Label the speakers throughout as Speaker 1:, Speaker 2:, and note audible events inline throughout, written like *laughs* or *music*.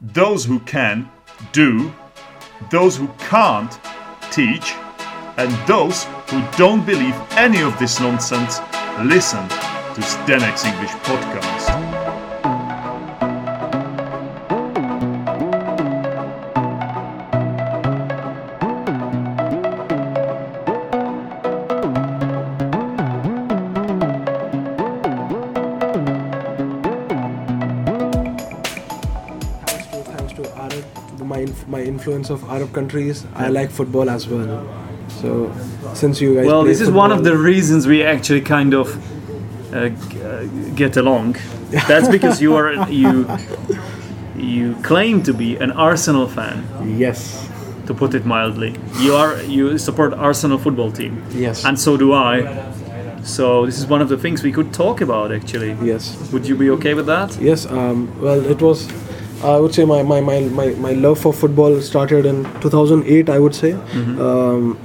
Speaker 1: Those who can, do. Those who can't, teach. And those who don't believe any of this nonsense, listen to Stanex English Podcast.
Speaker 2: Thanks to, thanks to Arab, my, inf- my influence of Arab countries, I like football as well. So, since you guys
Speaker 3: Well,
Speaker 2: play
Speaker 3: this is one of the
Speaker 2: football-
Speaker 3: reasons we actually kind of uh, g- uh, get along. That's because you are you you claim to be an Arsenal fan,
Speaker 2: yes,
Speaker 3: to put it mildly. You are you support Arsenal football team,
Speaker 2: yes,
Speaker 3: and so do I. So this is one of the things we could talk about actually.
Speaker 2: yes,
Speaker 3: Would you be okay with that?
Speaker 2: yes. Um, well, it was. I would say my, my, my, my, my love for football started in 2008. I would say
Speaker 3: Mm-hmm.
Speaker 2: um,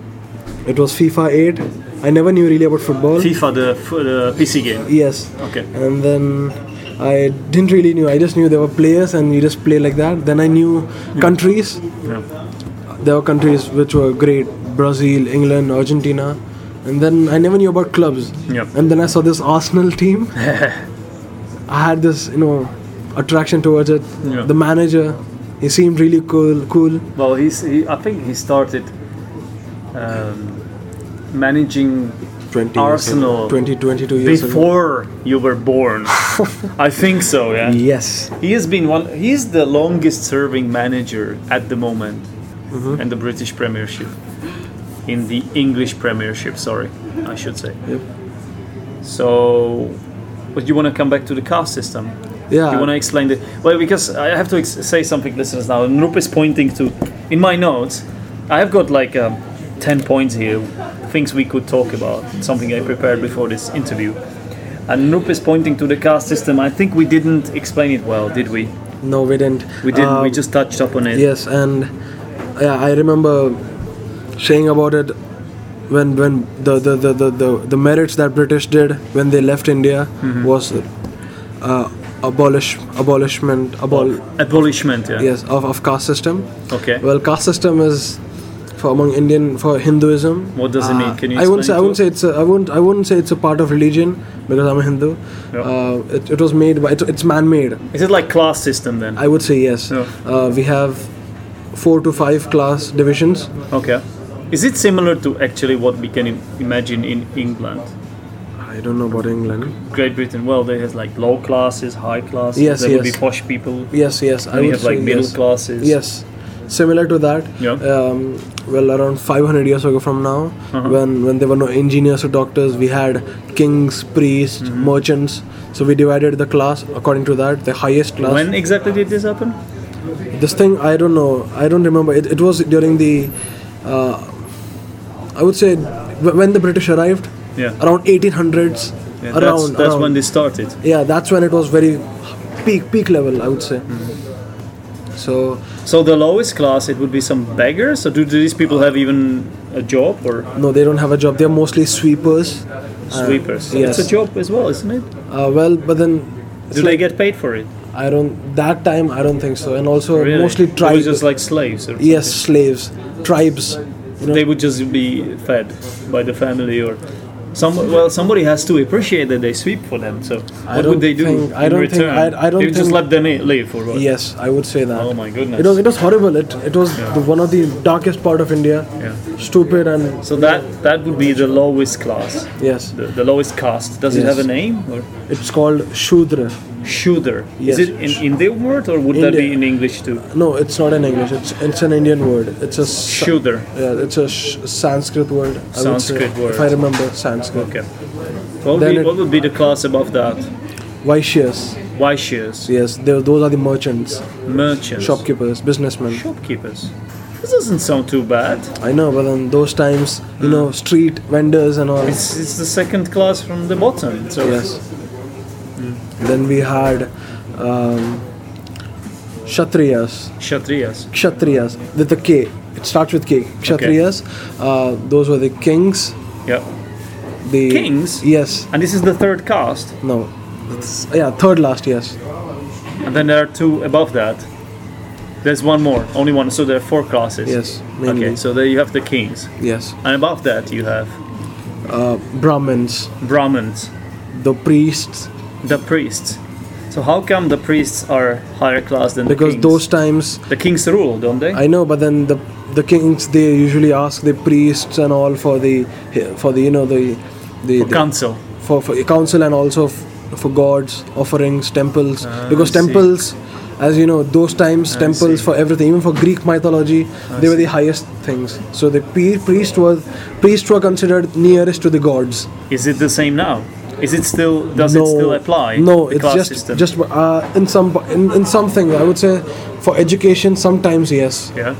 Speaker 2: it was FIFA 8. I never knew really about football.
Speaker 3: FIFA the, f- the PC game.
Speaker 2: Yes.
Speaker 3: Okay.
Speaker 2: and then I didn't really knew. I just knew there were players, and you just play like that. Then I knew countries.
Speaker 3: Yeah.
Speaker 2: There were countries which were great: Brazil, England, Argentina. And then I never knew about clubs.
Speaker 3: Yep.
Speaker 2: And then I saw this Arsenal
Speaker 3: *laughs*
Speaker 2: team. I had this, you know, attraction towards it.
Speaker 3: Yeah.
Speaker 2: The manager, he seemed really cool. Cool.
Speaker 3: Well, he's he, I think he started um, managing
Speaker 2: Twenty.
Speaker 3: Arsenal.
Speaker 2: 20, 22 years ago.
Speaker 3: before you were born. I think so, yeah.
Speaker 2: Yes.
Speaker 3: He has been one he's the longest serving manager at the moment in the British Premiership. In the English Premiership, sorry, I should say.
Speaker 2: Yep.
Speaker 3: So but you want to come back to the caste system?
Speaker 2: Yeah.
Speaker 3: You want to explain the well because I have to ex- say something, listeners. Now, and Rup is pointing to in my notes. I have got like um, ten points here, things we could talk about, something I prepared before this interview. And Rup is pointing to the caste system. I think we didn't explain it well, did we?
Speaker 2: no, we didn't.
Speaker 3: We didn't. we
Speaker 2: Um,
Speaker 3: just touched up on it.
Speaker 2: Yes, and yeah, I remember saying about it when when the the, the, the, the, the merits that British did when they left India
Speaker 3: Mm-hmm.
Speaker 2: was uh, abolish abolishment abol
Speaker 3: Abolishment. Yeah.
Speaker 2: yes of, of caste system.
Speaker 3: Okay.
Speaker 2: Well, caste system is for among Indian for Hinduism. Uh,
Speaker 3: What does it mean? Can you
Speaker 2: I wouldn't say
Speaker 3: explain to
Speaker 2: I wouldn't
Speaker 3: us?
Speaker 2: say it's a, I wouldn't I wouldn't say it's a part of religion because I'm a Hindu.
Speaker 3: Yeah.
Speaker 2: Uh, it, it was made by it's, it's man made.
Speaker 3: is it like class system then?
Speaker 2: I would say yes.
Speaker 3: Yeah.
Speaker 2: Uh, we have four to five class divisions.
Speaker 3: okay. Is it similar to actually what we can Im- imagine in England?
Speaker 2: I don't know about England.
Speaker 3: Great Britain, well, they has like low classes, high classes.
Speaker 2: Yes,
Speaker 3: there would
Speaker 2: yes.
Speaker 3: be posh people.
Speaker 2: Yes, yes. I
Speaker 3: And we
Speaker 2: would
Speaker 3: have like
Speaker 2: say
Speaker 3: middle
Speaker 2: yes.
Speaker 3: classes.
Speaker 2: Yes, similar to that.
Speaker 3: Yeah.
Speaker 2: Um, well, around 500 years ago from now,
Speaker 3: Uh-huh.
Speaker 2: when when there were no engineers or doctors, we had kings, priests,
Speaker 3: Mm-hmm.
Speaker 2: merchants. So we divided the class according to that. The highest class.
Speaker 3: When exactly did this happen?
Speaker 2: This thing, I don't know. I don't remember. It, it was during the, uh, I would say, wh- when the British arrived.
Speaker 3: Yeah.
Speaker 2: Around 1800s.
Speaker 3: Yeah,
Speaker 2: around.
Speaker 3: that's that's
Speaker 2: around.
Speaker 3: when this started.
Speaker 2: yeah that's when it was very peak peak level i would say so
Speaker 3: So the lowest class, it would be some beggars. So do, do these people have even a job or
Speaker 2: no they don't have a job they're mostly sweepers
Speaker 3: sweepers? So
Speaker 2: yes.
Speaker 3: It's a job as well, isn't it? Do
Speaker 2: uh, well but then it's
Speaker 3: they
Speaker 2: like-
Speaker 3: get paid for it?
Speaker 2: i don't that time i don't think so and also
Speaker 3: Really?
Speaker 2: mostly
Speaker 3: They were
Speaker 2: tribes
Speaker 3: just like slaves. Or
Speaker 2: yes slaves tribes you know,
Speaker 3: They would just be fed by the family or. Some, well, somebody has to appreciate that they sweep for them. So what
Speaker 2: don't
Speaker 3: would they do
Speaker 2: think- I
Speaker 3: in
Speaker 2: don't think-
Speaker 3: return?
Speaker 2: I- I don't
Speaker 3: they would just let
Speaker 2: think-
Speaker 3: them i- live or what?
Speaker 2: yes i would say that
Speaker 3: Oh my goodness.
Speaker 2: it was it was horrible it it was the, one of the darkest part of india
Speaker 3: Yeah.
Speaker 2: stupid and
Speaker 3: So that that would be the lowest class,
Speaker 2: yes
Speaker 3: the, the lowest caste. Does it
Speaker 2: Yes.
Speaker 3: have a name or
Speaker 2: it's called shudra
Speaker 3: shudra?
Speaker 2: Yes.
Speaker 3: Is it in Indian word or would that be
Speaker 2: Indian.
Speaker 3: in English too?
Speaker 2: no it's not in english it's it's an indian word it's a sa-
Speaker 3: Shudra.
Speaker 2: Yeah, Uh, it's a sh- Sanskrit word. I would say,
Speaker 3: Sanskrit word.
Speaker 2: If I remember Sanskrit.
Speaker 3: Okay. What would,
Speaker 2: Then
Speaker 3: be,
Speaker 2: it-
Speaker 3: what would be the class above that?
Speaker 2: Vaishyas.
Speaker 3: Vaishyas,
Speaker 2: Yes, they, those are the merchants,
Speaker 3: merchants,
Speaker 2: shopkeepers, businessmen.
Speaker 3: shopkeepers. This doesn't sound too bad.
Speaker 2: I know, but then those times, you know,
Speaker 3: Hmm.
Speaker 2: street vendors and all.
Speaker 3: It's, it's the second class from the bottom. So
Speaker 2: yes.
Speaker 3: Hmm.
Speaker 2: Then we had um, Kshatriyas.
Speaker 3: Kshatriyas.
Speaker 2: Kshatriyas with a K. It starts with K. Kshatriyas. Uh, those were the kings.
Speaker 3: Yeah.
Speaker 2: The
Speaker 3: Kings?
Speaker 2: Yes.
Speaker 3: And this is the third caste.
Speaker 2: No. It's, yeah, third last. Yes.
Speaker 3: And then there are two above that. There's one more, only one. So there are four classes.
Speaker 2: Yes, mainly.
Speaker 3: Okay, so there you have the kings,
Speaker 2: Yes.
Speaker 3: and above that you have
Speaker 2: Brahmins,
Speaker 3: Brahmins,
Speaker 2: the priests,
Speaker 3: the priests. So how come the priests are higher class than
Speaker 2: because
Speaker 3: the kings?
Speaker 2: those times
Speaker 3: the kings rule, don't they?
Speaker 2: I know, but then the the kings they usually ask the priests and all for the for the you know the the, the-
Speaker 3: Council.
Speaker 2: for, for council and also f- for gods offerings temples because
Speaker 3: Ah, I see.
Speaker 2: temples as you know those times temples
Speaker 3: see.
Speaker 2: for everything even for greek mythology they were the highest things so the pe- priest was priests were considered nearest to the gods
Speaker 3: Is it the same now? Is it still? Does it still apply?
Speaker 2: no
Speaker 3: the
Speaker 2: it's
Speaker 3: class
Speaker 2: just
Speaker 3: system?
Speaker 2: just uh, in some in, in something i would say for education sometimes yes
Speaker 3: yeah.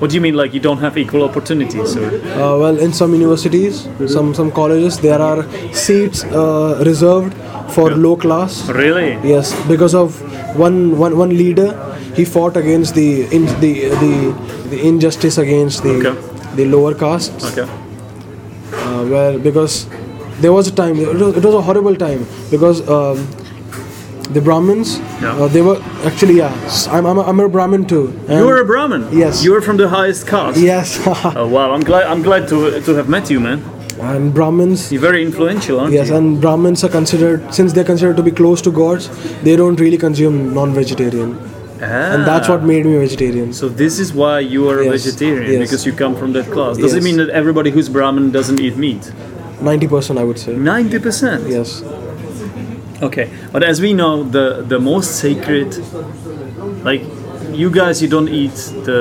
Speaker 3: What do you mean? Like you don't have equal opportunities? Or,
Speaker 2: Uh, well, in some universities, some some colleges, there are seats uh, reserved for low class.
Speaker 3: really?
Speaker 2: Yes, because of one one one leader, he fought against the in, the the the injustice against the
Speaker 3: Okay.
Speaker 2: the lower castes.
Speaker 3: Okay.
Speaker 2: Uh, well, because there was a time, it was, it was a horrible time because um, the Brahmins,
Speaker 3: Yeah.
Speaker 2: uh, they were actually yeah. s- I'm I'm a, I'm a Brahmin too. and-
Speaker 3: You were a Brahmin.
Speaker 2: Yes.
Speaker 3: You were from the highest caste.
Speaker 2: yes, *laughs*
Speaker 3: Oh wow! I'm glad. I'm glad to to have met you, man.
Speaker 2: and Brahmins.
Speaker 3: You're very influential, aren't
Speaker 2: Yes,
Speaker 3: you?
Speaker 2: and Brahmins are considered, since they're considered to be close to gods, they don't really consume non vegetarian.
Speaker 3: Ah.
Speaker 2: And that's what made me vegetarian.
Speaker 3: So this is why you are a
Speaker 2: Yes,
Speaker 3: vegetarian
Speaker 2: yes.
Speaker 3: because you come from that class. Does it
Speaker 2: Yes.
Speaker 3: mean that everybody who's Brahmin doesn't eat meat?
Speaker 2: 90%, I would say.
Speaker 3: Ninety percent.
Speaker 2: Yes.
Speaker 3: Okay, but as we know, the the most sacred, like you guys, you don't eat the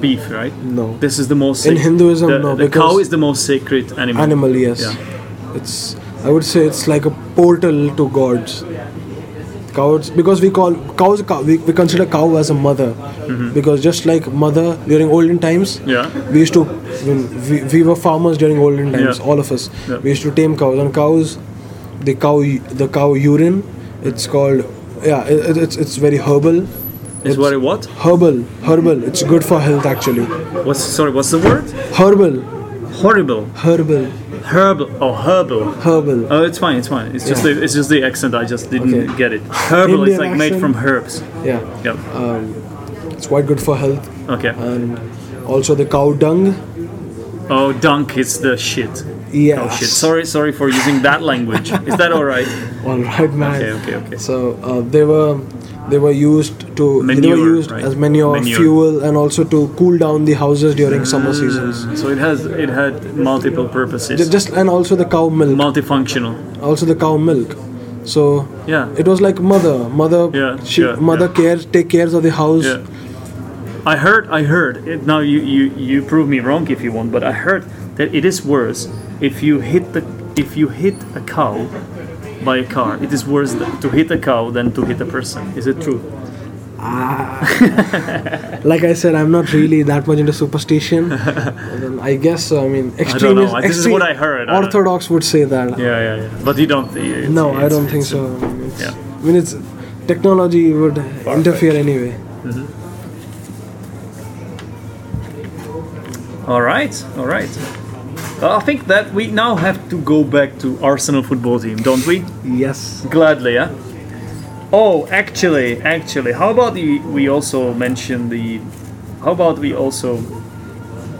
Speaker 3: beef, right?
Speaker 2: No.
Speaker 3: This is the most
Speaker 2: In
Speaker 3: sac-
Speaker 2: Hinduism,
Speaker 3: the,
Speaker 2: no,
Speaker 3: The cow
Speaker 2: because-
Speaker 3: is the most sacred animal.
Speaker 2: Animal, yes. It's, I would say it's like a portal to gods. Cows, because we call cows, cow, we, we consider cow as a mother. Because just like mother during olden times,
Speaker 3: Yeah.
Speaker 2: we used to, we, we were farmers during olden times,
Speaker 3: Yeah.
Speaker 2: all of us.
Speaker 3: Yeah.
Speaker 2: We used to tame cows, and cows, the cow, the cow urine, it's called, yeah, it, it- it's it's very herbal.
Speaker 3: Is what? What?
Speaker 2: Herbal, herbal. It's good for health actually.
Speaker 3: What's sorry? What's the word?
Speaker 2: Herbal,
Speaker 3: Horrible.
Speaker 2: herbal,
Speaker 3: Herbal. Oh, herbal.
Speaker 2: herbal.
Speaker 3: Oh, it's fine. It's fine. It's just the, it's just the accent. I just didn't
Speaker 2: Okay.
Speaker 3: get it. Herbal is
Speaker 2: Indian
Speaker 3: like made
Speaker 2: accent.
Speaker 3: from herbs.
Speaker 2: Yeah, Um,
Speaker 3: Yep.
Speaker 2: it's quite good for health.
Speaker 3: okay.
Speaker 2: And also the cow dung.
Speaker 3: oh, dunk is the shit.
Speaker 2: Yes.
Speaker 3: Oh shit. Sorry, sorry for using that language. Is that all
Speaker 2: *laughs*
Speaker 3: right?
Speaker 2: All right, man.
Speaker 3: Okay, okay, okay.
Speaker 2: So uh, they were they were used to they
Speaker 3: Manure,
Speaker 2: were used
Speaker 3: right?
Speaker 2: as manure,
Speaker 3: Manure. Hmm.
Speaker 2: fuel, and also to cool down the houses during summer seasons.
Speaker 3: So it has it had multiple purposes.
Speaker 2: Ju- Just and also the cow milk.
Speaker 3: multifunctional.
Speaker 2: also the cow milk so
Speaker 3: Yeah.
Speaker 2: it was like mother mother
Speaker 3: Yeah,
Speaker 2: she
Speaker 3: yeah,
Speaker 2: mother
Speaker 3: yeah.
Speaker 2: cares take cares of the house
Speaker 3: Yeah. I heard, I heard. It, now you, you you prove me wrong if you want, but I heard that it is worse if you hit the if you hit a cow by a car. It is worse th- to hit a cow than to hit a person. Is it true?
Speaker 2: like i said i'm not really that much into
Speaker 3: *laughs*
Speaker 2: superstition Then i guess so i mean
Speaker 3: don't know.
Speaker 2: extremist
Speaker 3: This is
Speaker 2: extre-
Speaker 3: what I heard. I don't-
Speaker 2: orthodox would say that
Speaker 3: Yeah, yeah, yeah. But you don't. It's,
Speaker 2: no i
Speaker 3: it's-
Speaker 2: don't think
Speaker 3: it's a-
Speaker 2: so It's-
Speaker 3: yeah.
Speaker 2: i mean it's technology would interfere anyway
Speaker 3: All right, all right. Well, I think that we now have to go back to Arsenal football team, don't we?
Speaker 2: yes
Speaker 3: Gladly, yeah. Oh, actually, actually, how about the, we also mention the, how about we also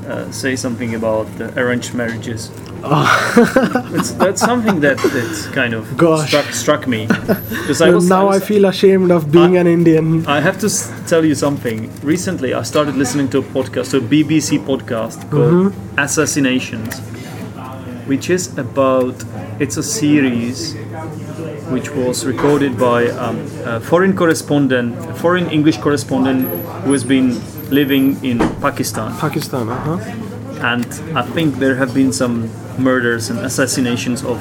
Speaker 3: uh, say something about the arranged marriages? it's, that's something that, that kind of
Speaker 2: Oh. *laughs* Gosh.
Speaker 3: struck struck
Speaker 2: *laughs*
Speaker 3: me because I
Speaker 2: Well,
Speaker 3: was
Speaker 2: now
Speaker 3: I,
Speaker 2: i
Speaker 3: was-
Speaker 2: feel ashamed of being
Speaker 3: I-
Speaker 2: an indian
Speaker 3: I have to s- tell you something. Recently, I started listening to a podcast, to a BBC podcast called Assassinations, which is about. It's a series which was recorded by um, a foreign correspondent, a foreign English correspondent who has been living in Pakistan
Speaker 2: pakistan huh
Speaker 3: and I think there have been some murders and assassinations of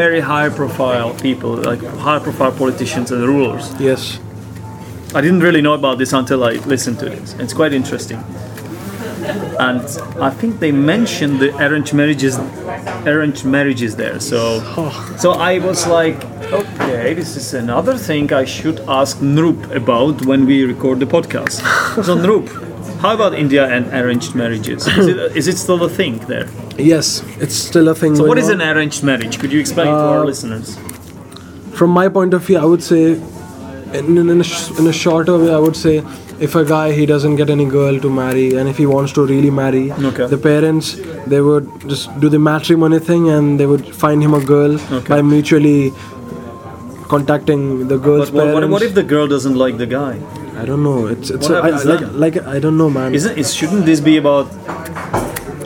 Speaker 3: very high profile people, like high profile politicians and rulers.
Speaker 2: yes
Speaker 3: I didn't really know about this until I listened to this. It's quite interesting. And I think they mentioned the arranged marriages, arranged marriages there. So, so I was like, okay, this is another thing I should ask Nroop about when we record the podcast. So Nroop, how about India and arranged marriages? Is it, is it still a thing there?
Speaker 2: yes it's still a thing
Speaker 3: So,
Speaker 2: going
Speaker 3: what is
Speaker 2: on. Uh,
Speaker 3: an arranged marriage? Could you explain it to our listeners?
Speaker 2: from my point of view, I would say in, in, in, a sh- in a shorter way, I would say if a guy he doesn't get any girl to marry, and if he wants to really marry,
Speaker 3: Okay.
Speaker 2: the parents they would just do the matrimony thing, and they would find him a girl by mutually contacting the girl's
Speaker 3: But what, what,
Speaker 2: parents.
Speaker 3: what if the girl doesn't like the guy?
Speaker 2: I don't know. It's it's
Speaker 3: What
Speaker 2: a, I,
Speaker 3: happens
Speaker 2: like,
Speaker 3: then?
Speaker 2: like I don't know, man.
Speaker 3: Isn't it? Shouldn't this be about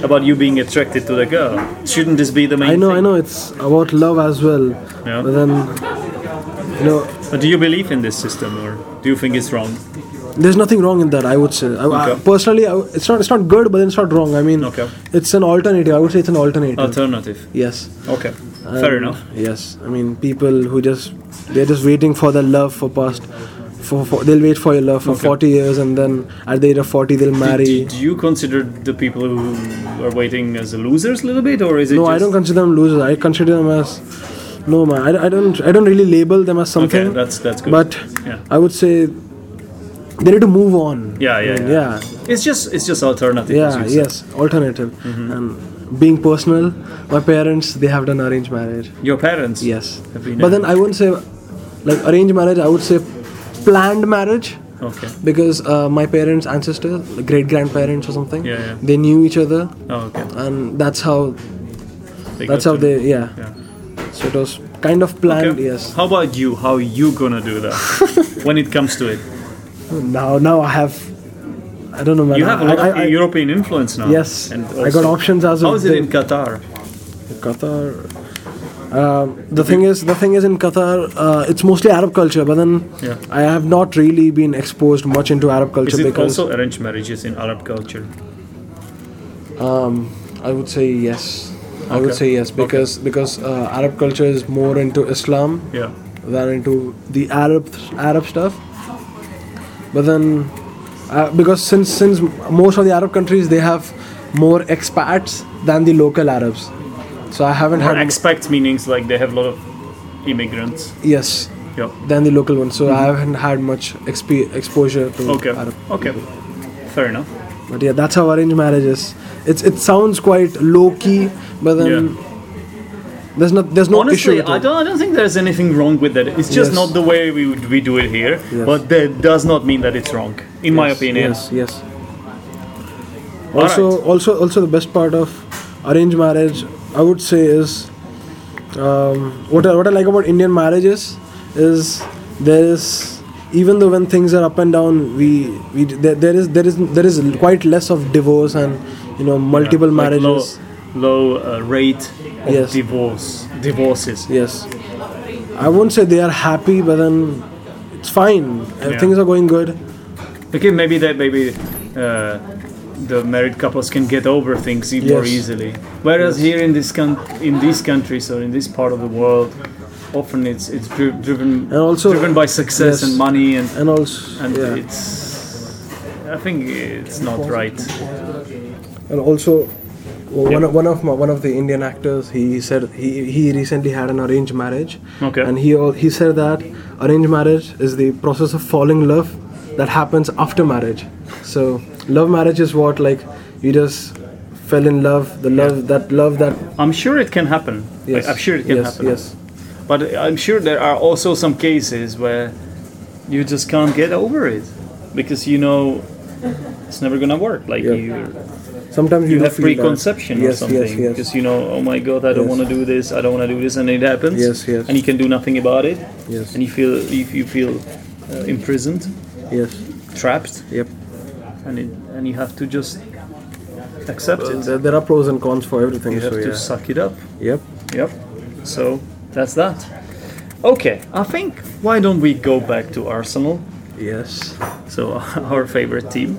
Speaker 3: about you being attracted to the girl? Shouldn't this be the main?
Speaker 2: I know,
Speaker 3: thing?
Speaker 2: I know. It's about love as well.
Speaker 3: Yeah.
Speaker 2: But then, you know,
Speaker 3: But do you believe in this system, or do you think it's wrong?
Speaker 2: there's nothing wrong in that. I would say. I, I-
Speaker 3: Okay.
Speaker 2: personally, I, it's not. It's not good, but then it's not wrong. I mean,
Speaker 3: Okay.
Speaker 2: it's an alternative. I would say it's an alternative.
Speaker 3: Alternative.
Speaker 2: yes.
Speaker 3: Okay. Fair
Speaker 2: Um,
Speaker 3: enough.
Speaker 2: Yes. I mean, people who just they're just waiting for the love for past. For, for they'll wait for your love for
Speaker 3: Okay.
Speaker 2: 40 years, and then at the age of 40 they'll marry.
Speaker 3: Do, do you consider the people who are waiting as losers a little bit, or is it?
Speaker 2: No,
Speaker 3: just,
Speaker 2: I don't consider them losers. I consider them as no man. I, I don't. I don't really label them as something.
Speaker 3: Okay, that's that's good.
Speaker 2: But
Speaker 3: Yeah.
Speaker 2: I would say they need to move on.
Speaker 3: Yeah, yeah,
Speaker 2: I mean,
Speaker 3: yeah.
Speaker 2: yeah,
Speaker 3: it's just it's just alternative. as
Speaker 2: yeah.
Speaker 3: you said. Mm-hmm.
Speaker 2: yes, alternative. And being personal, my parents they have done arranged marriage.
Speaker 3: Your parents.
Speaker 2: Yes,
Speaker 3: Have been
Speaker 2: but then I wouldn't say like arranged marriage. I would say planned marriage
Speaker 3: Okay.
Speaker 2: because uh, my parents' ancestors, like great grandparents or something,
Speaker 3: Yeah, yeah.
Speaker 2: they knew each other,
Speaker 3: Oh, okay.
Speaker 2: and that's how
Speaker 3: They
Speaker 2: that's
Speaker 3: got
Speaker 2: how
Speaker 3: to-
Speaker 2: they yeah.
Speaker 3: Yeah.
Speaker 2: So it was kind of planned.
Speaker 3: Okay.
Speaker 2: Yes.
Speaker 3: How about you? How you gonna do
Speaker 2: *laughs*
Speaker 3: that when it comes to it?
Speaker 2: Now, now I have. I don't know. Man,
Speaker 3: You have a
Speaker 2: I-
Speaker 3: lot
Speaker 2: I-
Speaker 3: of
Speaker 2: I-
Speaker 3: European influence now.
Speaker 2: Yes,
Speaker 3: Um, and
Speaker 2: I got
Speaker 3: also-
Speaker 2: options as
Speaker 3: How
Speaker 2: of
Speaker 3: is it
Speaker 2: the-
Speaker 3: in Qatar?
Speaker 2: Qatar. Um, the thing is, the thing is in Qatar, uh, it's mostly Arab culture. But then,
Speaker 3: Yeah.
Speaker 2: I have not really been exposed much into Arab culture
Speaker 3: Is it
Speaker 2: because
Speaker 3: also arranged marriages in Arab culture?
Speaker 2: I would say yes. I would
Speaker 3: Okay.
Speaker 2: say yes because because uh, Arab culture is more into Islam
Speaker 3: Yeah.
Speaker 2: than into the Arab Arab stuff. But then, uh, because since since most of the Arab countries they have more expats than the local Arabs, so I haven't
Speaker 3: Or
Speaker 2: had
Speaker 3: expat meanings like they have a lot of immigrants.
Speaker 2: yes
Speaker 3: Yeah.
Speaker 2: than the local ones. So I haven't had much exp- exposure to
Speaker 3: Mm-hmm. Okay.
Speaker 2: Arab.
Speaker 3: Okay. Fair enough.
Speaker 2: But yeah, that's how arranged marriage is. It's it sounds quite low key, but then there's not there's no issue.
Speaker 3: Honestly,
Speaker 2: with
Speaker 3: I
Speaker 2: it.
Speaker 3: don't, I don't think there's anything wrong with that. It's just
Speaker 2: Yes.
Speaker 3: not the way we, would- we do it here,
Speaker 2: Yes.
Speaker 3: but that does not mean that it's wrong, in my opinion.
Speaker 2: Yes, yes. Also, also, also, the best part of arranged marriage, I would say, is um, what I, what I like about Indian marriages is there is even though when things are up and down, we we there, there is there is there is quite less of divorce and you know multiple
Speaker 3: Like
Speaker 2: marriages.
Speaker 3: Low, low uh, rate of
Speaker 2: Yes.
Speaker 3: divorce, divorces.
Speaker 2: Yes. I won't say they are happy, but then it's fine. Uh,
Speaker 3: Yeah.
Speaker 2: Things are going good.
Speaker 3: Okay, maybe that maybe uh, the married couples can get over things e- more
Speaker 2: Yes.
Speaker 3: easily. Whereas here in this con- in these countries or in this part of the world, often it's it's dri- driven
Speaker 2: And also-
Speaker 3: driven by success
Speaker 2: yes.
Speaker 3: and money and
Speaker 2: And also,
Speaker 3: and
Speaker 2: yeah.
Speaker 3: it's I think it's not right.
Speaker 2: and also, one, of, one of my, one of the Indian actors, he said he, he recently had an arranged marriage.
Speaker 3: Okay.
Speaker 2: And he al- he said that arranged marriage is the process of falling in love that happens after marriage. So love marriage is what like you just fell in love, the love that love that
Speaker 3: I'm sure it can happen.
Speaker 2: yes,
Speaker 3: I- I'm sure it can
Speaker 2: yes,
Speaker 3: happen.
Speaker 2: Yes,
Speaker 3: But I'm sure there are also some cases where you just can't get over it because you know it's never gonna work. Like
Speaker 2: Yeah.
Speaker 3: you
Speaker 2: sometimes you,
Speaker 3: you
Speaker 2: do
Speaker 3: have
Speaker 2: feel that.
Speaker 3: preconception or
Speaker 2: yes,
Speaker 3: something
Speaker 2: Yes, yes.
Speaker 3: because you know oh my god i don't
Speaker 2: Yes.
Speaker 3: want to do this i don't want to do this and it happens
Speaker 2: Yes, yes.
Speaker 3: and you can do nothing about it
Speaker 2: Yes.
Speaker 3: and you feel you, you feel uh, imprisoned
Speaker 2: yes.
Speaker 3: trapped
Speaker 2: Yep.
Speaker 3: and it, and you have to just accept it
Speaker 2: There, there are pros and cons for everything.
Speaker 3: you have
Speaker 2: so
Speaker 3: to
Speaker 2: yeah.
Speaker 3: suck it up
Speaker 2: Yep.
Speaker 3: yep so that's that okay i think why don't we go back to arsenal
Speaker 2: Yes.
Speaker 3: so *laughs* our favorite team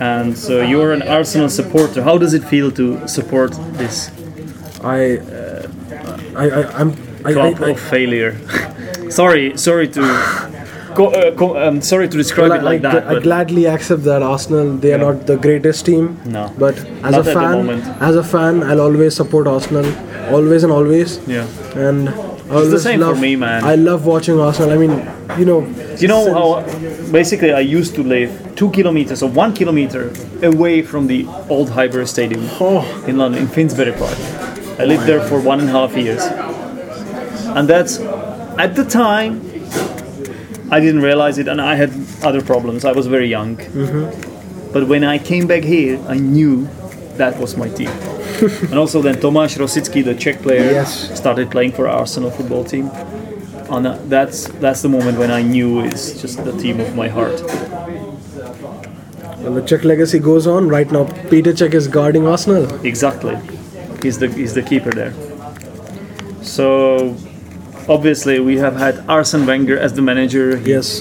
Speaker 3: and so you're an arsenal supporter how does it feel to support this
Speaker 2: I. Uh, I. I. I'm. I, I,
Speaker 3: club
Speaker 2: I,
Speaker 3: of failure. *laughs* sorry, sorry to. Co- uh, co- um, sorry to describe
Speaker 2: well, I,
Speaker 3: it like
Speaker 2: I,
Speaker 3: that.
Speaker 2: I
Speaker 3: but
Speaker 2: gladly accept that Arsenal. They are
Speaker 3: Yeah.
Speaker 2: not the greatest team.
Speaker 3: No.
Speaker 2: But as
Speaker 3: Not
Speaker 2: a
Speaker 3: at the
Speaker 2: fan,
Speaker 3: moment.
Speaker 2: as a fan, I'll always support Arsenal. Always and always.
Speaker 3: Yeah.
Speaker 2: And. I always
Speaker 3: same for
Speaker 2: love,
Speaker 3: me, man.
Speaker 2: I love watching Arsenal. I mean, you know.
Speaker 3: you know
Speaker 2: since-
Speaker 3: how? Basically, I used to live two kilometers or one kilometer away from the old Highbury Stadium
Speaker 2: Oh.
Speaker 3: in London, in Finsbury Park. I lived there for one and a half years, and that's at the time I didn't realize it, and I had other problems. I was very young.
Speaker 2: Mm-hmm.
Speaker 3: But when I came back here, I knew that was my
Speaker 2: *laughs*
Speaker 3: team. and also then Tomáš Rosicki, the Czech player,
Speaker 2: Yes.
Speaker 3: started playing for Arsenal football team. And uh, that's that's the moment when I knew it's just the team of my heart.
Speaker 2: Well, the Czech legacy goes on right now. Peter Czech is guarding Arsenal.
Speaker 3: Exactly. He's the he's the keeper there. So obviously we have had Arsene Wenger as the manager. He
Speaker 2: Yes,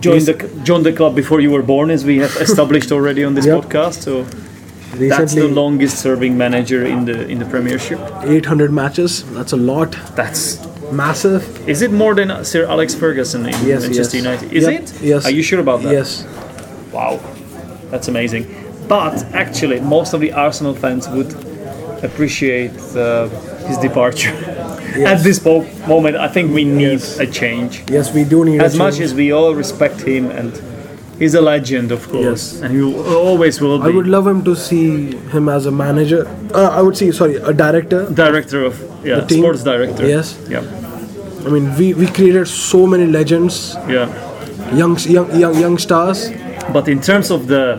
Speaker 3: joined the joined the club before you were born, as we have
Speaker 2: *laughs*
Speaker 3: established already on this
Speaker 2: Yep.
Speaker 3: podcast. So that's the
Speaker 2: recently
Speaker 3: longest serving manager in the in the Premiership.
Speaker 2: 800 matches. That's a lot,
Speaker 3: That's
Speaker 2: massive.
Speaker 3: is it more than Sir Alex Ferguson in
Speaker 2: Yes,
Speaker 3: Manchester
Speaker 2: yes.
Speaker 3: United? Is
Speaker 2: Yep,
Speaker 3: it?
Speaker 2: yes.
Speaker 3: Are you sure about that?
Speaker 2: Yes,
Speaker 3: Wow, that's amazing. But actually, most of the Arsenal fans would appreciate uh, his departure. At this po- moment, I think we need a change.
Speaker 2: yes, we do need a
Speaker 3: As much
Speaker 2: change.
Speaker 3: as we all respect him, and he's a legend, of course,
Speaker 2: Yes.
Speaker 3: and he will- always will be
Speaker 2: I would love him to see him as a manager. Uh, I would see, sorry, a director.
Speaker 3: director of yeah,
Speaker 2: team?
Speaker 3: sports director.
Speaker 2: Yes.
Speaker 3: Yeah.
Speaker 2: I mean, we, we created so many legends,
Speaker 3: Yeah.
Speaker 2: young young young young stars.
Speaker 3: But in terms of the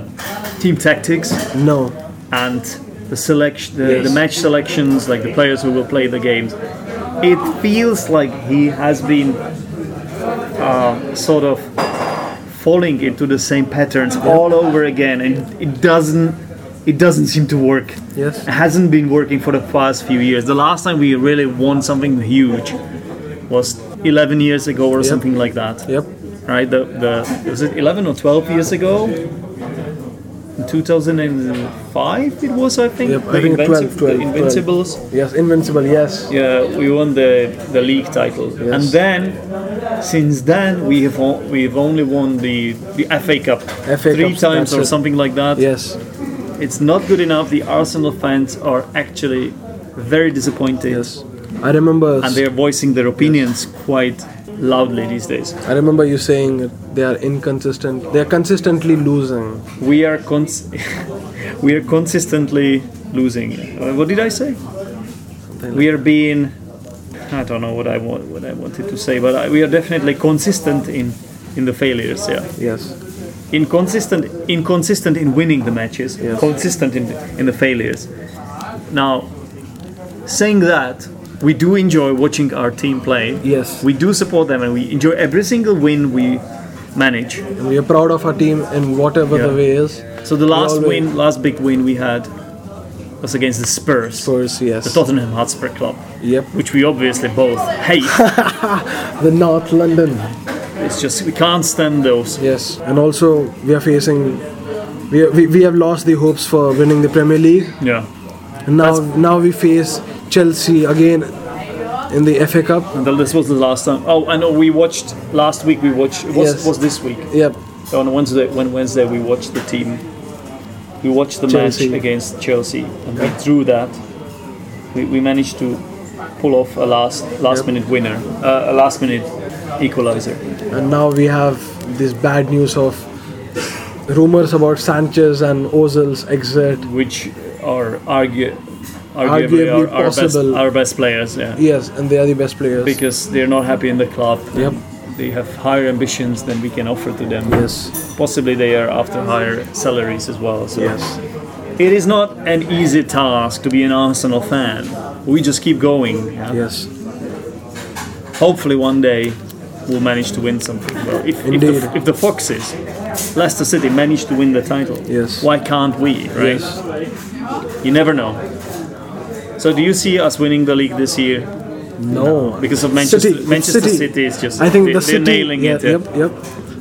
Speaker 3: team tactics,
Speaker 2: No,
Speaker 3: and the selection, the,
Speaker 2: Yes.
Speaker 3: the match selections, like the players who will play the games. It feels like he has been uh, sort of falling into the same patterns all over again, and it doesn't. It doesn't seem to work.
Speaker 2: Yes.
Speaker 3: It hasn't been working for the past few years. The last time we really won something huge was 11 years ago or something like that
Speaker 2: yep,
Speaker 3: right? The, the was it 11 or 12 years ago? In 2005 it was, I think.
Speaker 2: Yep,
Speaker 3: the
Speaker 2: I think 12,
Speaker 3: Invincible-
Speaker 2: 12,
Speaker 3: the Invincibles.
Speaker 2: yes, invincible. Yes,
Speaker 3: Yeah, we won the, the league title, and then since then we have o- we've only won the, the FA Cup
Speaker 2: FA
Speaker 3: three times
Speaker 2: Cups, that's
Speaker 3: or
Speaker 2: it.
Speaker 3: something like that.
Speaker 2: yes,
Speaker 3: It's not good enough. The Arsenal fans are actually very disappointed,
Speaker 2: yes. I remember.
Speaker 3: and they are voicing their opinions quite loudly these days.
Speaker 2: I remember you saying that they are inconsistent. They are consistently losing.
Speaker 3: we are cons- *laughs* we are consistently losing. Uh, What did I say? We are being I don't know what I want what I wanted to say, but I, we are definitely consistent in in the failures. Yeah,
Speaker 2: Yes,
Speaker 3: inconsistent inconsistent in winning the matches,
Speaker 2: Yes.
Speaker 3: consistent in in the failures. Now, saying that. We do enjoy watching our team play.
Speaker 2: Yes.
Speaker 3: We do support them and we enjoy every single win we manage.
Speaker 2: and we are proud of our team in whatever the
Speaker 3: Yeah.
Speaker 2: way is.
Speaker 3: So the last
Speaker 2: Always.
Speaker 3: win, last big win we had was against the Spurs,
Speaker 2: Spurs,
Speaker 3: the
Speaker 2: yes.
Speaker 3: Tottenham Hotspur club,
Speaker 2: Yep,
Speaker 3: which we obviously both
Speaker 2: *laughs*
Speaker 3: hate.
Speaker 2: the North London.
Speaker 3: it's just we can't stand those.
Speaker 2: Yes, and also we are facing. We, we, we have lost the hopes for winning the Premier League.
Speaker 3: Yeah,
Speaker 2: And now now we face Chelsea again in the FA Cup.
Speaker 3: and then this was the last time. Oh, I know we watched last week. We watched it was
Speaker 2: Yes.
Speaker 3: was this week
Speaker 2: Yep,
Speaker 3: on Wednesday. When Wednesday we watched the team, we watched the
Speaker 2: Chelsea.
Speaker 3: match against Chelsea, and we drew that. We, we managed to pull off a last last minute winner, uh, a last minute equalizer.
Speaker 2: and now we have this bad news of rumors about Sanchez and Ozil's exit.
Speaker 3: which are argue, arguably,
Speaker 2: Arguably
Speaker 3: are our best,
Speaker 2: possible.
Speaker 3: our best players, yeah.
Speaker 2: Yes, and they are the best players.
Speaker 3: Because they're not happy in the club.
Speaker 2: Yep.
Speaker 3: They have higher ambitions than we can offer to them.
Speaker 2: Yes,
Speaker 3: Possibly they are after higher salaries as well. So
Speaker 2: yes,
Speaker 3: it is not an easy task to be an Arsenal fan. We just keep going. yeah.
Speaker 2: yes.
Speaker 3: Hopefully one day we'll manage to win something. Well, if, if,
Speaker 2: Indeed.
Speaker 3: the, if the Foxes, Leicester City, manage to win the title,
Speaker 2: Yes.
Speaker 3: why can't we, right?
Speaker 2: Yes.
Speaker 3: You never know. So do you see us winning the league this year?
Speaker 2: No.
Speaker 3: Because of Manchester
Speaker 2: City.
Speaker 3: Manchester
Speaker 2: City.
Speaker 3: City. is just
Speaker 2: I think
Speaker 3: they,
Speaker 2: the
Speaker 3: they're
Speaker 2: City.
Speaker 3: nailing
Speaker 2: yeah,
Speaker 3: it. yeah.
Speaker 2: Yep, yep.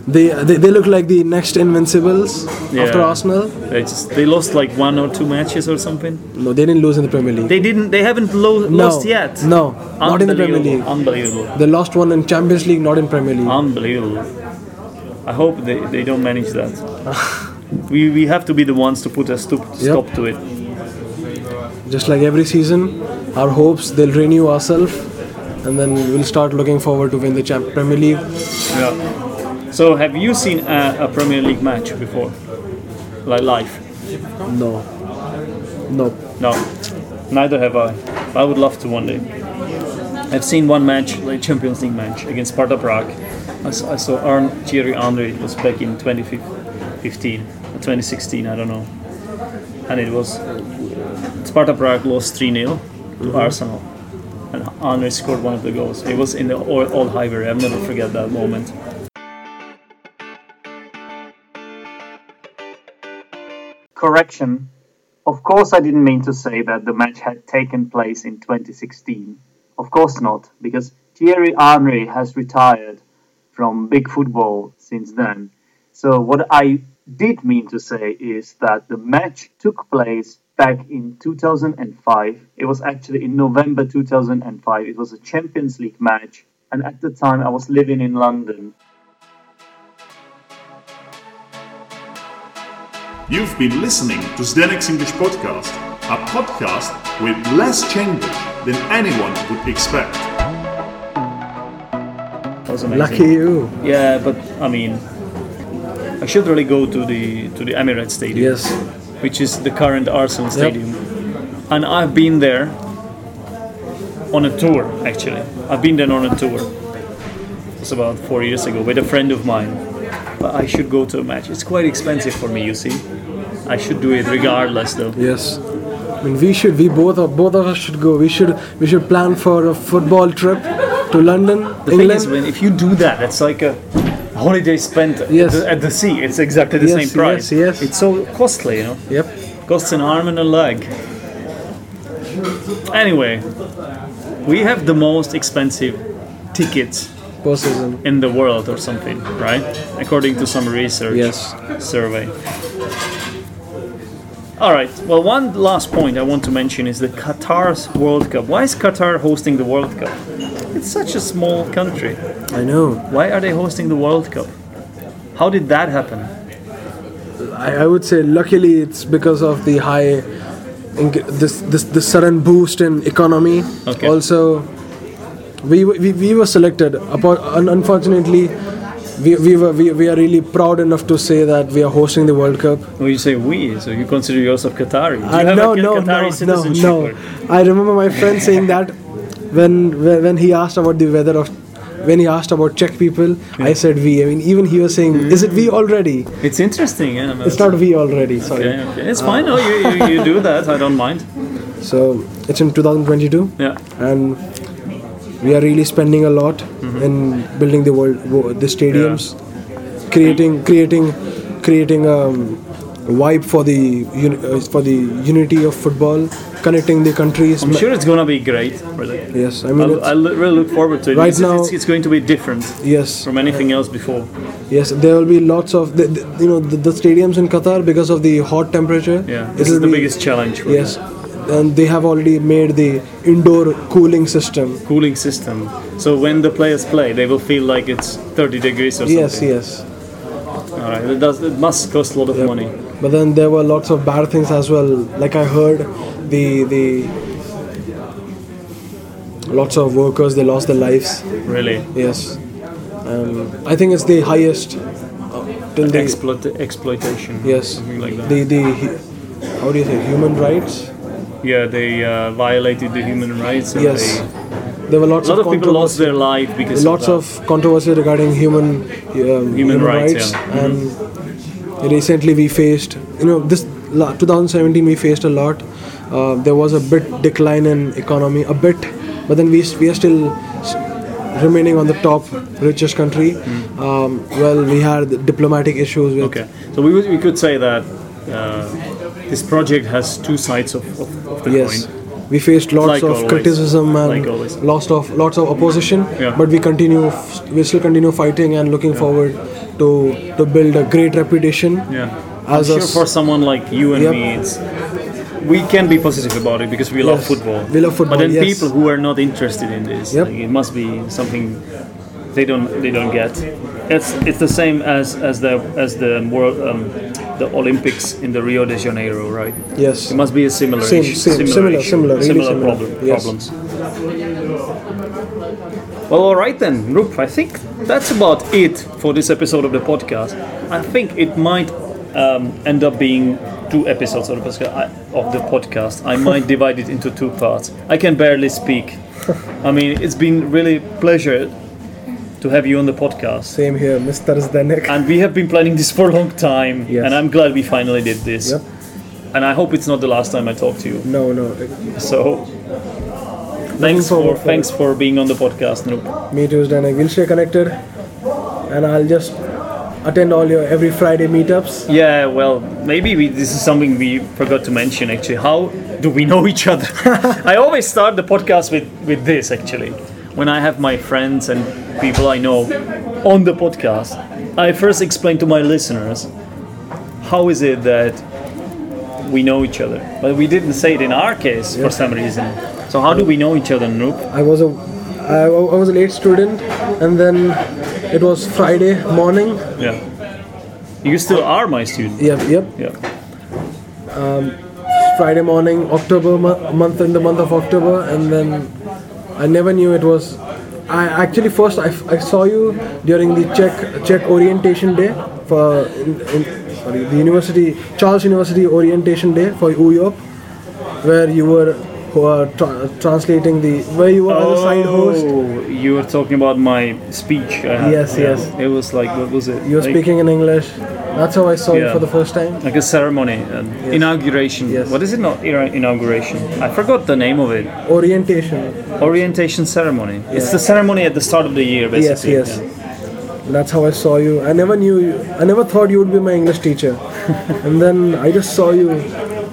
Speaker 2: They, they, they look like the next Invincibles after
Speaker 3: Yeah.
Speaker 2: Arsenal.
Speaker 3: They just they lost like one or two matches or something.
Speaker 2: No, they didn't lose in the Premier League.
Speaker 3: They didn't they haven't lo-
Speaker 2: no,
Speaker 3: lost yet.
Speaker 2: No, not in the Premier
Speaker 3: Unbelievable,
Speaker 2: League.
Speaker 3: Unbelievable.
Speaker 2: They lost one in Champions League, not in Premier League.
Speaker 3: Unbelievable. I hope they, they don't manage that.
Speaker 2: *laughs*
Speaker 3: we we have to be the ones to put a stop stop to it.
Speaker 2: Just like every season, our hopes they'll renew ourselves, and then we'll start looking forward to win the champ- Premier League.
Speaker 3: Yeah. So have you seen a, a Premier League match before? Like live?
Speaker 2: No, no,
Speaker 3: No, neither have I. I would love to one day. I've seen one match, like Champions League match against Sparta Prague. I saw, I saw Arn Thierry Andre. It was back in 2015 or 2016, I don't know. And it was Sparta Prague lost 3 0 to
Speaker 2: Mm-hmm.
Speaker 3: Arsenal, and Andre scored one of the goals. It was in the old, old Highbury. I'll never forget that moment.
Speaker 4: Correction. Of course, I didn't mean to say that the match had taken place in 2016. Of course not, because Thierry Henry has retired from big football since then. So, what I did mean to say is that the match took place back in 2005. It was actually in November 2005. It was a Champions League match, and at the time I was living in London.
Speaker 1: You've been listening to Zdenek's English Podcast, a podcast with less changes than anyone would expect.
Speaker 3: It was amazing.
Speaker 2: Lucky you.
Speaker 3: Yeah, but I mean, I should really go to the to the Emirates Stadium.
Speaker 2: Yes.
Speaker 3: which is the current Arsenal Stadium. And I've been there on a tour, actually. I've been there on a tour. It was about four years ago with a friend of mine. But I should go to a match. It's quite expensive for me, you see. I should do it regardless, though.
Speaker 2: Yes. I mean, we should. We both. Of, both of us should go. We should. We should plan for a football trip to London,
Speaker 3: The thing
Speaker 2: England.
Speaker 3: is, when if you do that, it's like a holiday spent at
Speaker 2: Yes.
Speaker 3: the- at, the, sea. It's exactly the
Speaker 2: Yes,
Speaker 3: same price.
Speaker 2: yes, yes.
Speaker 3: It's so costly, you know.
Speaker 2: yep.
Speaker 3: Costs an arm and a leg. Anyway, we have the most expensive tickets
Speaker 2: Postseason.
Speaker 3: in the world or something, right? According to some research
Speaker 2: Yes.
Speaker 3: survey. All right. Well, one last point I want to mention is the Qatar's World Cup. Why is Qatar hosting the World Cup? It's such a small country.
Speaker 2: I know.
Speaker 3: Why are they hosting the World Cup? How did that happen?
Speaker 2: I, I would say luckily it's because of the high, inc- this this the sudden boost in economy.
Speaker 3: Okay.
Speaker 2: Also, we w- we, we were selected. Apo- un- unfortunately, we we, were, we we are really proud enough to say that we are hosting the World Cup.
Speaker 3: Well, you say we, so you consider yourself Qatari. Do you
Speaker 2: Uh,
Speaker 3: have
Speaker 2: no,
Speaker 3: a Q-
Speaker 2: no,
Speaker 3: Qatari
Speaker 2: no, no,
Speaker 3: citizenship?
Speaker 2: no.
Speaker 3: or-
Speaker 2: I remember my friend saying that when when when he asked about the weather of when he asked about Czech people, I said we. I mean, even he was saying, "Is it we already?
Speaker 3: It's interesting. Yeah,
Speaker 2: It's not we already." Sorry.
Speaker 3: Okay, okay. It's fine. No, you, you, you do that. I don't mind.
Speaker 2: So it's in 2022,
Speaker 3: Yeah.
Speaker 2: and we are really spending a lot in building the world, wo- the stadiums, creating creating creating um, vibe for the uni- uh, for the unity of football, connecting the countries.
Speaker 3: I'm sure it's gonna be great. Really.
Speaker 2: Yes, I mean.
Speaker 3: I,
Speaker 2: it's-
Speaker 3: I lo- really look forward to it.
Speaker 2: Right
Speaker 3: it's, it's-
Speaker 2: now-
Speaker 3: it's, going to be different
Speaker 2: Yes,
Speaker 3: from anything else before.
Speaker 2: yes. There will be lots of the, the- you know the, the stadiums in Qatar because of the hot temperature.
Speaker 3: Yeah,
Speaker 2: it
Speaker 3: this
Speaker 2: will
Speaker 3: is the
Speaker 2: be-
Speaker 3: biggest challenge. For
Speaker 2: Yes,
Speaker 3: the
Speaker 2: and they have already made the indoor cooling system.
Speaker 3: cooling system. So when the players play, they will feel like it's 30 degrees or
Speaker 2: Yes,
Speaker 3: something.
Speaker 2: yes.
Speaker 3: All right. It does. It must cost a lot of money.
Speaker 2: But then there were lots of bad things as well. Like I heard, the the lots of workers they lost their lives.
Speaker 3: Really.
Speaker 2: Yes, um, I think it's the highest uh, till the
Speaker 3: Exploit exploitation.
Speaker 2: yes
Speaker 3: Something like that.
Speaker 2: the the hu- how do you say human rights.
Speaker 3: yeah, they uh, violated the human rights. And
Speaker 2: Yes,
Speaker 3: They,
Speaker 2: there were lots
Speaker 3: a lot of people
Speaker 2: controversy-
Speaker 3: lost their life because
Speaker 2: lots
Speaker 3: of,
Speaker 2: of controversy regarding human um, human,
Speaker 3: rights,
Speaker 2: rights,
Speaker 3: yeah.
Speaker 2: and recently we faced you know this la- 2017 we faced a lot uh, there was a bit decline in economy a bit but then we, s- we are still s- remaining on the top richest country um, well we had the diplomatic issues with
Speaker 3: that. Okay. So we would, we could say that uh, this project has two sides of, of, of the
Speaker 2: yes
Speaker 3: coin.
Speaker 2: we faced lots
Speaker 3: Like
Speaker 2: of
Speaker 3: always.
Speaker 2: criticism and
Speaker 3: Like always.
Speaker 2: lots of lots of opposition
Speaker 3: Yeah.
Speaker 2: but we continue f- we still continue fighting and looking forward to to build a great reputation
Speaker 3: Yeah.
Speaker 2: as
Speaker 3: I'm
Speaker 2: a
Speaker 3: sure
Speaker 2: s-
Speaker 3: for someone like you and
Speaker 2: Yep.
Speaker 3: me, it's, we can be positive about it because we love
Speaker 2: Yes.
Speaker 3: football.
Speaker 2: We love football,
Speaker 3: But then
Speaker 2: yes.
Speaker 3: people who are not interested in this,
Speaker 2: Yep.
Speaker 3: like, it must be something they don't they don't get. It's it's the same as as the as the world um, the Olympics in the Rio de Janeiro, right?
Speaker 2: yes
Speaker 3: It must be a similar
Speaker 2: Same,
Speaker 3: issue,
Speaker 2: same, similar,
Speaker 3: issue,
Speaker 2: similar, really
Speaker 3: similar
Speaker 2: similar.
Speaker 3: problem,
Speaker 2: Yes.
Speaker 3: problems. Well, all right then, Rup. I think that's about it for this episode of the podcast. I think it might um, end up being two
Speaker 2: *laughs*
Speaker 3: episodes of the podcast. I, of the podcast. I might divide it into two parts. I can barely speak I mean, it's been really pleasure to have you on the podcast.
Speaker 2: Same here, Mr. Zdenek.
Speaker 3: And we have been planning this for a long time,
Speaker 2: Yes.
Speaker 3: and I'm glad we finally did this.
Speaker 2: Yep.
Speaker 3: And I hope it's not the last time I talk to you.
Speaker 2: No, no.
Speaker 3: So, thanks for,
Speaker 2: forward for
Speaker 3: thanks for being on the podcast, Noop.
Speaker 2: Me too, Zdenek. We'll stay connected, and I'll just attend all your every Friday meetups.
Speaker 3: Yeah, well, maybe we, this is something we forgot to mention. Actually, how do we know each other? *laughs* I always start the podcast with with this. Actually, when I have my friends and people I know on the podcast, I first explain to my listeners how is it that we know each other. But we didn't say it in our case for some reason. So how do we know each other, Noop?
Speaker 2: I was a, I, wa- I was a late student, and then it was Friday morning.
Speaker 3: Yeah. You still are my student.
Speaker 2: Yep, yep.
Speaker 3: Yeah.
Speaker 2: Friday morning, October mo- month in the month of October, and then I never knew it was. I actually first I, I saw you during the Czech Czech orientation day for in, in, sorry the university Charles University orientation day for UYOP, where you were uh, tra- translating the where you were as a side host.
Speaker 3: Oh, You were talking about my speech. I had.
Speaker 2: Yes,
Speaker 3: Yeah.
Speaker 2: yes.
Speaker 3: It was like what was it?
Speaker 2: You were
Speaker 3: like,
Speaker 2: speaking in English. That's how I saw you
Speaker 3: Yeah.
Speaker 2: for the first time.
Speaker 3: like a ceremony, an inauguration.
Speaker 2: Yes.
Speaker 3: What is it? Not ira- inauguration. I forgot the name of it.
Speaker 2: Orientation.
Speaker 3: Orientation ceremony. It's the ceremony at the start of the year,
Speaker 2: Yes,
Speaker 3: basically.
Speaker 2: yes.
Speaker 3: Yeah.
Speaker 2: That's how I saw you. I never knew you. I never thought you would be my English
Speaker 3: *laughs*
Speaker 2: teacher. and then I just saw you,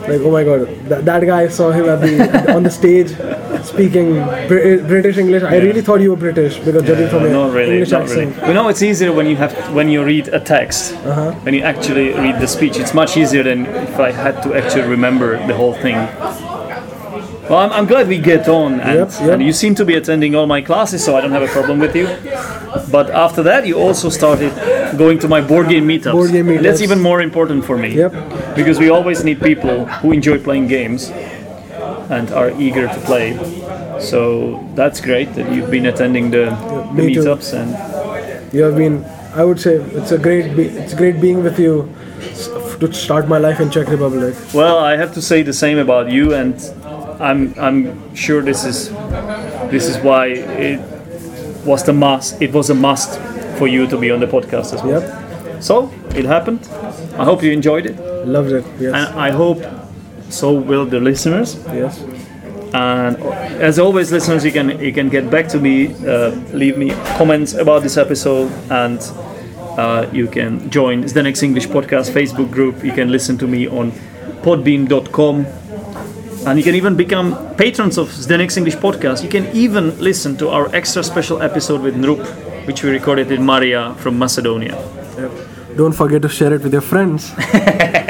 Speaker 2: like, oh my god, that, that guy I saw him at the, on the stage speaking Br- British English. I really thought you were British because judging from
Speaker 3: Uh,
Speaker 2: your
Speaker 3: not really.
Speaker 2: English
Speaker 3: Not really.
Speaker 2: accent.
Speaker 3: You know, it's easier when you have when you read a text. Uh-huh. When you actually read the speech, it's much easier than if I had to actually remember the whole thing. Well, I'm, I'm glad we get on, and,
Speaker 2: Yep, yep.
Speaker 3: and you seem to be attending all my classes, so I don't have a problem with you. But after that, you also started going to my board game meetups.
Speaker 2: Board game meetups.
Speaker 3: That's even more important for me.
Speaker 2: Yep.
Speaker 3: Because we always need people who enjoy playing games and are eager to play. So that's great that you've been attending the, the
Speaker 2: me too.
Speaker 3: meetups and
Speaker 2: You have been. I would say it's a great. Be- it's great being with you s- to start my life in Czech Republic.
Speaker 3: well I have to say the same about you and I'm I'm sure this is this is why it was the must it was a must for you to be on the podcast as well.
Speaker 2: Yep,
Speaker 3: So it happened. I hope you enjoyed it
Speaker 2: loved it.
Speaker 3: and
Speaker 2: Yes,
Speaker 3: I hope so will the listeners.
Speaker 2: yes.
Speaker 3: And as always, listeners, you can you can get back to me, uh, leave me comments about this episode, and uh, you can join the next English podcast Facebook group. You can listen to me on podbean.com. And you can even become patrons of Zdenek's English podcast. You can even listen to our extra special episode with Nrup, which we recorded in Maria from Macedonia.
Speaker 2: Don't forget to share it with your friends.
Speaker 3: *laughs*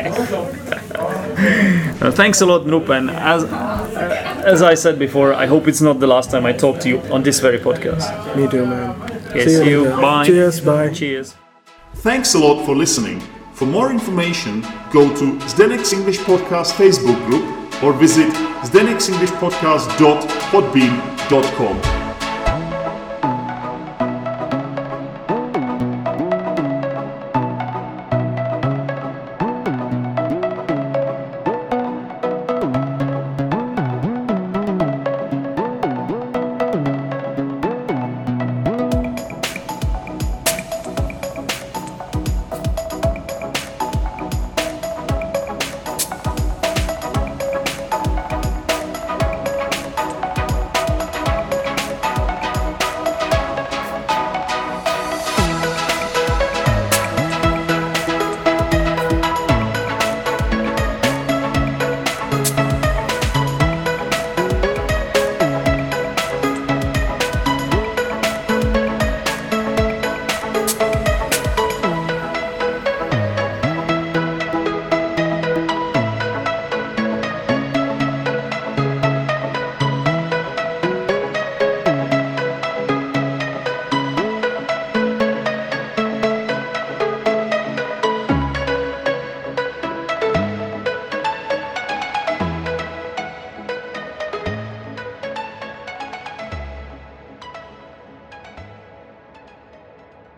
Speaker 3: Uh, thanks a lot, Nrup. And as, uh, as I said before, I hope it's not the last time I talk to you on this very podcast.
Speaker 2: Me too, man.
Speaker 3: Okay, see you.
Speaker 2: later.
Speaker 3: Bye.
Speaker 2: Cheers. Bye.
Speaker 3: Cheers.
Speaker 1: Thanks a lot for listening. For more information, go to Zdenek's English Podcast Facebook group or visit zdenek'senglishpodcast.podbean.com.